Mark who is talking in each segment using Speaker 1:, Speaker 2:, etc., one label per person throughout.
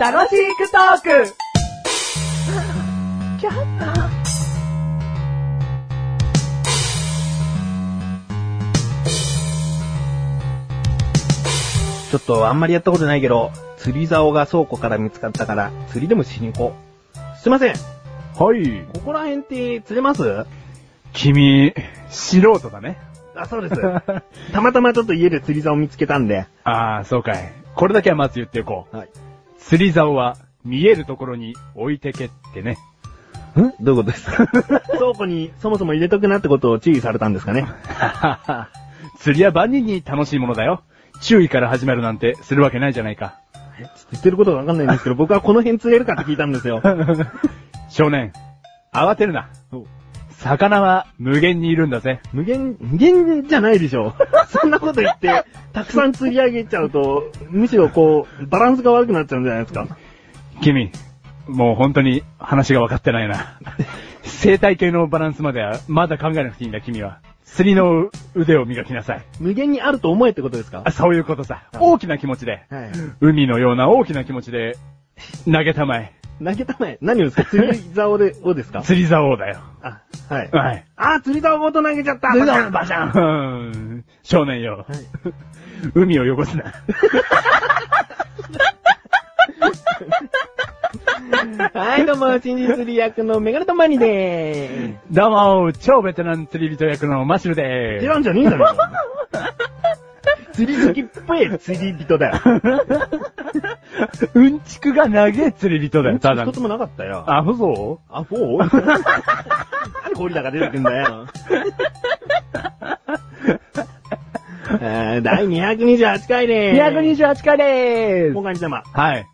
Speaker 1: 楽しくトーク
Speaker 2: ちょっとあんまりやったことないけど、釣り竿が倉庫から見つかったから、釣りでもしに行こう。すいません。
Speaker 3: はい。
Speaker 2: ここら辺って釣れます
Speaker 3: 君、素人だね。
Speaker 2: あ、そうです。 たまたまちょっと家で釣り竿を見つけたんで。
Speaker 3: ああ、そうかい。これだけはまず言っておこう。
Speaker 2: はい。
Speaker 3: 釣り竿は見えるところに置いてけってね。
Speaker 2: どういうことです か倉庫にそもそも入れとくなってことを注意されたんですか ね。
Speaker 3: ははは釣りは万人に楽しいものだよ。注意から始まるなんてするわけないじゃないか。
Speaker 2: ちょっと言ってることがわかんないんですけ ど、僕はこの辺釣れるかって聞いたんですよ。
Speaker 3: 少年、慌てるな
Speaker 2: そう。
Speaker 3: 魚は無限にいるんだぜ。
Speaker 2: 無限、無限じゃないでしょ。 そんなこと言って、たくさん釣り上げちゃうと、むしろこう、バランスが悪くなっちゃうんじゃないですか。
Speaker 3: 君、もう本当に話が分かってないな。生態系のバランスまではまだ考えなくていいんだ君は。釣りの腕を磨きなさい。
Speaker 2: 無限にあると思えってことですか
Speaker 3: あそういうことさ。大きな気持ちで。
Speaker 2: はい。
Speaker 3: 海のような大きな気持ちで、投げたまえ。
Speaker 2: 投げたまえ。何をですか釣り竿で、をですか
Speaker 3: 釣り竿だよ。
Speaker 2: あ、はい。
Speaker 3: はい。
Speaker 2: あ、釣り竿ごと投げちゃった
Speaker 3: 釣り
Speaker 2: バ
Speaker 3: 竿
Speaker 2: シャン
Speaker 3: バシャンうん少年よ。海を汚すな。
Speaker 1: はい、どうも、新日リ役のメガネとマニでー
Speaker 3: どうも、超ベテラン釣り人役のマシュル でーす
Speaker 2: 知。らんじゃねえんだろ。釣り好きっぽい釣り人だよ。
Speaker 3: うんちくが長え釣り人だよ、ただ
Speaker 2: 一。つもなかったよ。
Speaker 3: あ、そ
Speaker 2: あ、フォー何ゴリラが出てくんだ よ。えー第228回
Speaker 1: す。
Speaker 2: でーす。
Speaker 1: 228回で
Speaker 2: お。かげ様、
Speaker 3: はい。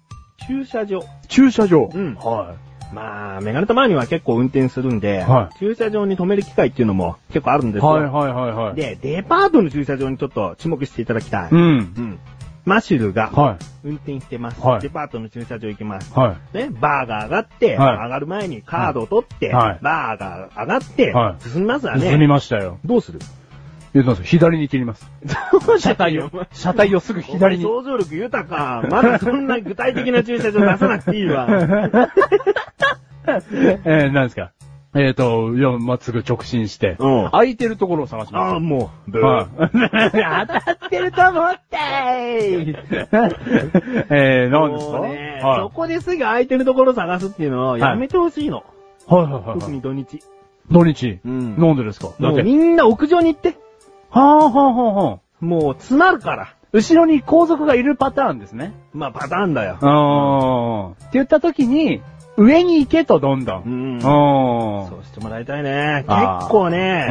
Speaker 2: 駐車場。
Speaker 3: 駐車場。
Speaker 2: うん
Speaker 3: は
Speaker 2: まあ、メガネとマーニは結構運転するんで、
Speaker 3: はい
Speaker 2: 駐車場に止める機会っていうのも結構あるん
Speaker 3: い。
Speaker 2: ですよ。
Speaker 3: はいはいはいはい。
Speaker 2: で、デパートの駐車場にちょっと注目していただきたい。
Speaker 3: うん。
Speaker 2: うんマシュルが
Speaker 3: は
Speaker 2: 運転してます。
Speaker 3: はい
Speaker 2: デパートの駐車場行きます
Speaker 3: い。。は
Speaker 2: ね、バーが上がって、
Speaker 3: はい
Speaker 2: 上がる前にカードを取って、
Speaker 3: はい
Speaker 2: バーが上がって、
Speaker 3: はい
Speaker 2: 進みますわ
Speaker 3: い。
Speaker 2: ね。
Speaker 3: 進みましたよ。
Speaker 2: どうする
Speaker 3: 言うたんですよ左に切り ます。車体を、車体をすぐ左に。
Speaker 2: 想像力豊か。まだそんな具体的な駐車場出さなくていいわ。
Speaker 3: えー、何ですかえーと、いや、まっすぐ直進して
Speaker 2: うん、
Speaker 3: 空いてるところを探し
Speaker 2: あ
Speaker 3: ま
Speaker 2: あ、もう、
Speaker 3: す。
Speaker 2: ブ
Speaker 3: は
Speaker 2: ー。
Speaker 3: い。当たってると思って えー、何ですか
Speaker 2: もうね
Speaker 3: はい
Speaker 2: そこですぐ空いてるところ探すっていうのをやめてほしいの。
Speaker 3: はいはいはい
Speaker 2: 特
Speaker 3: はい。
Speaker 2: に土日。
Speaker 3: 土日、
Speaker 2: うん
Speaker 3: なんでですかだ
Speaker 2: も
Speaker 3: っ
Speaker 2: う
Speaker 3: て。
Speaker 2: みんな屋上に行って。
Speaker 3: はあはあはあはあ。
Speaker 2: もう詰まるから。
Speaker 3: 後ろに後続がいるパターンですね。
Speaker 2: まあパターンだよ。
Speaker 3: あー。って言った時に、上に行けとどんどん。
Speaker 2: うん
Speaker 3: あ
Speaker 2: そうしてもらいたいね。
Speaker 3: あー
Speaker 2: 結構ね、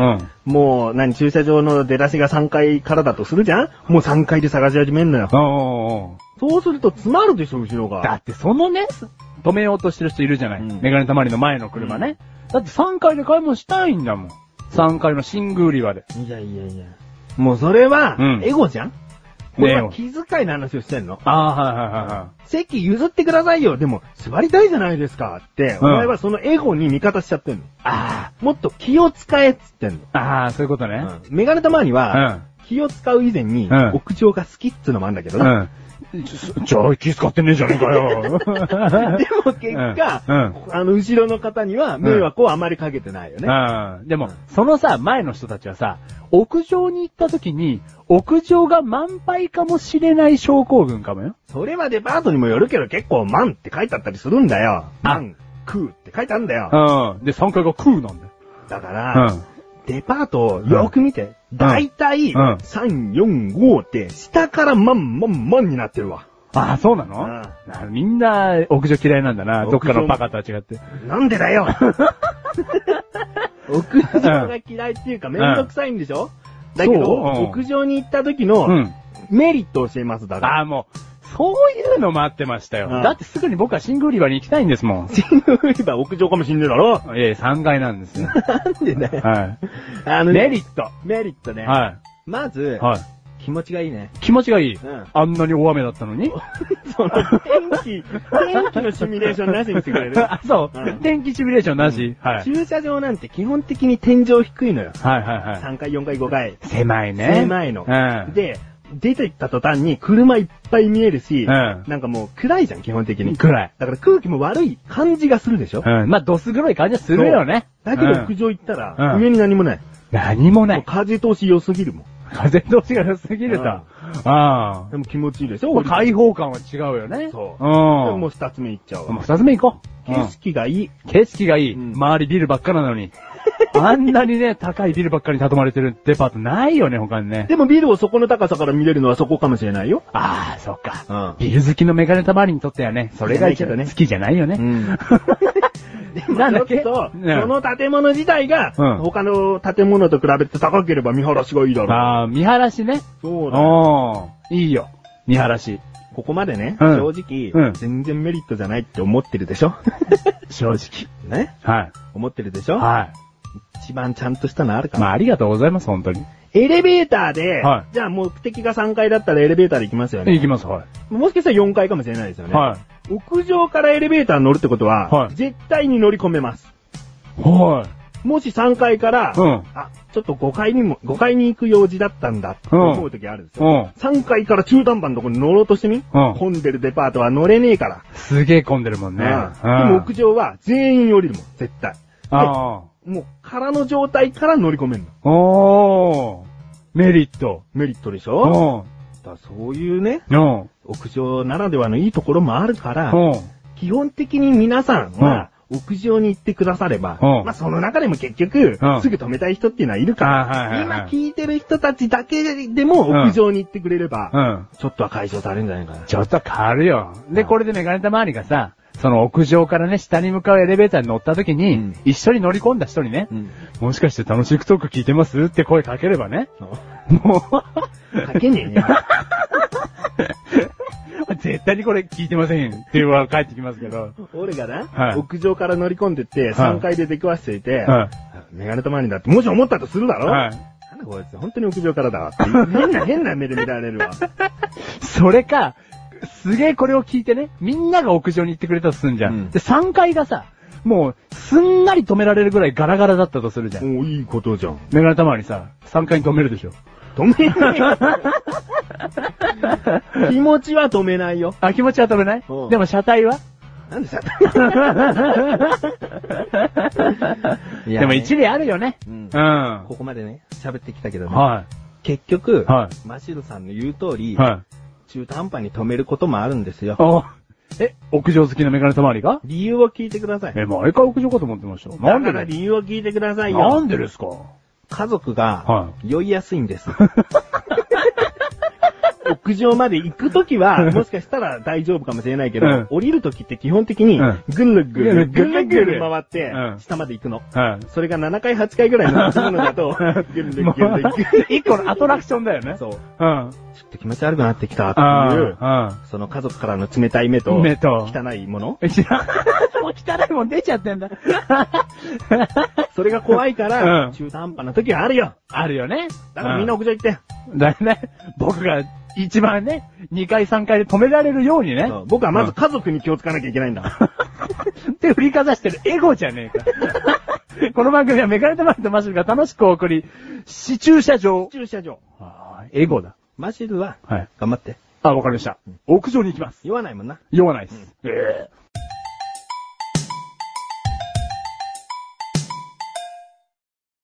Speaker 3: う
Speaker 2: もう、何、駐車場の出だしが3階からだとするじゃんもう3階で探し始めんのよ
Speaker 3: ー。。あ
Speaker 2: そうすると詰まるでしょ、後ろ
Speaker 3: ー。だ
Speaker 2: が。
Speaker 3: ってそのね、止めようとしてる人いるじゃない。
Speaker 2: うん
Speaker 3: メガネたまりの前の車ね。だって3階で買い物したいんだもん。3階の新宮売り場で。
Speaker 2: いやいやいや。もうそれは
Speaker 3: うん、
Speaker 2: エゴじゃん、これ
Speaker 3: ね
Speaker 2: は
Speaker 3: え
Speaker 2: 気遣いの話をしてんの。
Speaker 3: ああ、はいはいはいは
Speaker 2: 席譲ってくださいよ。でも、座りたいじゃないですか。って、
Speaker 3: うん
Speaker 2: お前はそのエゴに味方しちゃってんの。
Speaker 3: い。あ
Speaker 2: もっと気を使えっつってんの。
Speaker 3: あ。ああ、そういうことね。
Speaker 2: メガネたまに
Speaker 3: う
Speaker 2: は、
Speaker 3: ん。
Speaker 2: 気を使う以前に、
Speaker 3: うん
Speaker 2: 屋上が好きっつうのもあるんだけどね、
Speaker 3: うん。ちょじゃあ、気使ってねえじゃねえかよ。
Speaker 2: でも結果、
Speaker 3: うんうん
Speaker 2: あの、後ろの方には迷惑をあまりかけてないよね。
Speaker 3: うん。でも、そのさ、前の人たちはさ、屋上に行った時に、屋上が満杯かもしれない症候群かもよ。
Speaker 2: それはデパートにもよるけど結構万って書いてあったりするんだよ。
Speaker 3: あ
Speaker 2: 万、空って書いてあるんだよ。
Speaker 3: うん。で、3階が空なんだよ。
Speaker 2: だか
Speaker 3: う
Speaker 2: ら、
Speaker 3: ん。
Speaker 2: デパートをよく見て、
Speaker 3: ん
Speaker 2: だいたい
Speaker 3: うん
Speaker 2: 3、4、5って下から万万万になってるわ。
Speaker 3: ああ、そうなの、
Speaker 2: うん
Speaker 3: あみんな、屋上嫌いなんだな。どっかのバカとは違って。
Speaker 2: なんでだよ屋上が嫌いっていうかめんどくさいんでしょ、だけど、
Speaker 3: そううん
Speaker 2: 屋上に行った時
Speaker 3: う
Speaker 2: の
Speaker 3: ん。
Speaker 2: メリットを教えます、だから。
Speaker 3: ああ、もう、そういうの待ってましたよ。
Speaker 2: うん
Speaker 3: だってすぐに僕は新宮売り場に行きたいんですもん。
Speaker 2: 新聞売り場屋上かもしんねえだろ
Speaker 3: いえ、3階なんです よ。
Speaker 2: なんでだよ。
Speaker 3: は
Speaker 2: あ
Speaker 3: い。
Speaker 2: のね
Speaker 3: メリット。
Speaker 2: メリットね。
Speaker 3: は
Speaker 2: まず
Speaker 3: い。、はい。
Speaker 2: 気持ちがいいね。
Speaker 3: 気持ちがいい。
Speaker 2: うん
Speaker 3: あんなに大雨だったのに。
Speaker 2: その天気、天気のシミュレーションなしにして くれる。
Speaker 3: あ、そう
Speaker 2: う。ん
Speaker 3: 天気シミュレーションなし。はい。
Speaker 2: 駐車場なんて基本的に天井低いのよ。
Speaker 3: はいはいはい。
Speaker 2: 3階、4階、5階。
Speaker 3: 狭いね。
Speaker 2: 狭いの
Speaker 3: うん。
Speaker 2: で、出てった途端に車いっぱい見えるし、
Speaker 3: ん
Speaker 2: なんかもう暗いじゃん、基本的に。
Speaker 3: 暗い。
Speaker 2: だから空気も悪い感じがするでしょ、
Speaker 3: うん。まあ、ドス黒い感じはするよね。
Speaker 2: だけど
Speaker 3: うん
Speaker 2: 屋上行ったら、
Speaker 3: うん
Speaker 2: 上に何もない。
Speaker 3: 何もな
Speaker 2: もう
Speaker 3: い。
Speaker 2: 風通し良すぎるもん。
Speaker 3: 風通しが良すぎると。
Speaker 2: うん
Speaker 3: ああ。
Speaker 2: でも気持ちいいでしょ
Speaker 3: これ
Speaker 2: 降り
Speaker 3: 開放感は違うよ
Speaker 2: そう
Speaker 3: ね。う
Speaker 2: てでも
Speaker 3: ん。
Speaker 2: も
Speaker 3: も
Speaker 2: う二つ目行っちゃおう
Speaker 3: う。二つ目行こう。
Speaker 2: 景色がいい。
Speaker 3: 景色がいい。
Speaker 2: うん
Speaker 3: 周りビルばっかなのに。 あんなにね、高いビルばっかに囲まれてるデパートないよね、他にね。
Speaker 2: でもビルをそこの高さから見れるのはそこかもしれないよ。
Speaker 3: ああ、そっ
Speaker 2: う
Speaker 3: か。
Speaker 2: ん
Speaker 3: ビル好きのメガネたまりにとってはね、それが一
Speaker 2: じゃないけど
Speaker 3: 番
Speaker 2: ね
Speaker 3: 好きじゃないよね。
Speaker 2: ん。
Speaker 3: なんだっけ
Speaker 2: ちょっと、
Speaker 3: うん
Speaker 2: その建物自体が、
Speaker 3: うん
Speaker 2: 他の建物と比べて高ければ見晴らしがいいだろう。
Speaker 3: ああ、見晴らしね。
Speaker 2: そうだよ。
Speaker 3: おー、いいよ。見晴らし。
Speaker 2: ここまでね、
Speaker 3: うん
Speaker 2: 正直、
Speaker 3: うん
Speaker 2: 全然メリットじゃないって思ってるでしょ
Speaker 3: 正直。
Speaker 2: ね
Speaker 3: はい。
Speaker 2: 思ってるでしょ
Speaker 3: は
Speaker 2: 一番ちゃんとしたのある
Speaker 3: い。
Speaker 2: かな、
Speaker 3: まあ、ありがとうございます、本当に。
Speaker 2: エレベーターで、
Speaker 3: は
Speaker 2: じゃあ目的が3階だったらエレベーターで行きますよね。
Speaker 3: いきます、はい。
Speaker 2: もしかしたら4階かもしれないですよね。
Speaker 3: は
Speaker 2: 屋上からエレベーター乗るってことは、
Speaker 3: はい
Speaker 2: 絶対に乗り込めます。
Speaker 3: い。はい。
Speaker 2: もし3階から、
Speaker 3: うん
Speaker 2: あ、ちょっと5階にも、5階に行く用事だったんだって思う時あるんですよ。
Speaker 3: うん。
Speaker 2: 3階から中段板のとこに乗ろうとしてみ、混んでるデパートは乗れねえから。
Speaker 3: すげえ混んでるもんね。
Speaker 2: うんでも屋上は全員降りるもん、絶対。
Speaker 3: あ
Speaker 2: もう空の状態から乗り込めるの。
Speaker 3: あ。おー。メリット。
Speaker 2: メリットでし
Speaker 3: う
Speaker 2: ょ
Speaker 3: ん。
Speaker 2: だからそういうね、
Speaker 3: うん。
Speaker 2: 屋上ならではのいいところもあるから、
Speaker 3: うん。
Speaker 2: 基本的に皆さんは、屋上に行ってくだされば、
Speaker 3: うん
Speaker 2: まあその中でも結局、
Speaker 3: うん
Speaker 2: すぐ止めたい人っていうのはいるか
Speaker 3: あはいはい
Speaker 2: ら、
Speaker 3: はい
Speaker 2: 今聞いてる人たちだけでも
Speaker 3: うん
Speaker 2: 屋上に行ってくれれば、
Speaker 3: うん。
Speaker 2: ちょっとは解消されるんじゃないかな。
Speaker 3: ちょっと変わるよ。で、これでメガネたまわりがさ、その屋上からね、下に向かうエレベーターに乗った時に、
Speaker 2: うん
Speaker 3: 一緒に乗り込んだ人にね、もしかして楽しくトーク聞いてますって声かければね、も
Speaker 2: かけねえね。
Speaker 3: う、 絶対にこれ聞いてませんっていうのは帰ってきますけど。
Speaker 2: 俺がな、
Speaker 3: はい
Speaker 2: 屋上から乗り込んでって、3階で出くわしていて、
Speaker 3: は
Speaker 2: メガネとマニだって、もし思ったとするだ
Speaker 3: い。
Speaker 2: ろ、
Speaker 3: は
Speaker 2: な
Speaker 3: い。
Speaker 2: んだこいつ、本当に屋上からだわって。変な変な目で見られ るわ。
Speaker 3: それか、すげえこれを聞いてね、みんなが屋上に行ってくれたとすんじゃん。
Speaker 2: うん
Speaker 3: で、3階がさ、もう、すんなり止められるぐらいガラガラだったとするじゃん。
Speaker 2: もういいことじゃん。
Speaker 3: メガネたまわりさ、3階に止めるでしょ。
Speaker 2: 止めない気持ちは止めないよ。
Speaker 3: あ、気持ちは止めない
Speaker 2: うん
Speaker 3: でも車体は
Speaker 2: なんでさ、いや
Speaker 3: でも一理あるよね。
Speaker 2: うん
Speaker 3: ん
Speaker 2: ここまでね、喋ってきたけどね、
Speaker 3: は
Speaker 2: 結局、
Speaker 3: は
Speaker 2: マシルさんの言う通
Speaker 3: い。
Speaker 2: り、
Speaker 3: はい。
Speaker 2: 中途半端に止めることもあるんですよ。
Speaker 3: おえ、屋上好きのメガネたまわりが
Speaker 2: 理由を聞いてください。
Speaker 3: え、もうあれか屋上かと思ってました。なんで
Speaker 2: だから
Speaker 3: だ
Speaker 2: 理由を聞いてください
Speaker 3: な
Speaker 2: よ。
Speaker 3: んでですか
Speaker 2: 家族が
Speaker 3: は、
Speaker 2: 酔いやすいんです。屋上まで行くときは、もしかしたら大丈夫かもしれないけど、
Speaker 3: うん
Speaker 2: 降りるときって基本的に
Speaker 3: うん、
Speaker 2: ぐるぐる、
Speaker 3: ぐ
Speaker 2: ぐ
Speaker 3: る
Speaker 2: る
Speaker 3: ぐ
Speaker 2: ぐる
Speaker 3: る
Speaker 2: 回って
Speaker 3: う、ん
Speaker 2: 下まで行くの。
Speaker 3: は
Speaker 2: それが7回、8回ぐらいのものだと、ぐるぐるぐるぐる。
Speaker 3: 一個のアトラクションだよね。
Speaker 2: そう。
Speaker 3: うん。あ
Speaker 2: ちょっと気持ち悪くなってきたっていう、
Speaker 3: あ。
Speaker 2: その家族からの冷たい目と、
Speaker 3: 目と
Speaker 2: 汚いもの
Speaker 3: うん。知らん。 もう汚いもん出ちゃってんだ。
Speaker 2: それが怖いから、
Speaker 3: うん
Speaker 2: 中途半端な時はあるよ
Speaker 3: あるよね。
Speaker 2: だからみんな屋上行って、
Speaker 3: うん、だよね。僕が一番ね、二回三回で止められるようにね。
Speaker 2: そう僕はまず家族に気をつかなきゃいけないんだ。
Speaker 3: って振りかざしてるエゴじゃねえ か。この番組はメガネタマリとマシュルが楽しくお送り、市中車場。
Speaker 2: 駐車場。
Speaker 3: あーエゴだ。
Speaker 2: マシルは、
Speaker 3: はい。
Speaker 2: 頑張って。
Speaker 3: あ、わかりました。屋上に行きます。
Speaker 2: 言わないもんな。
Speaker 3: 言わないです。ええ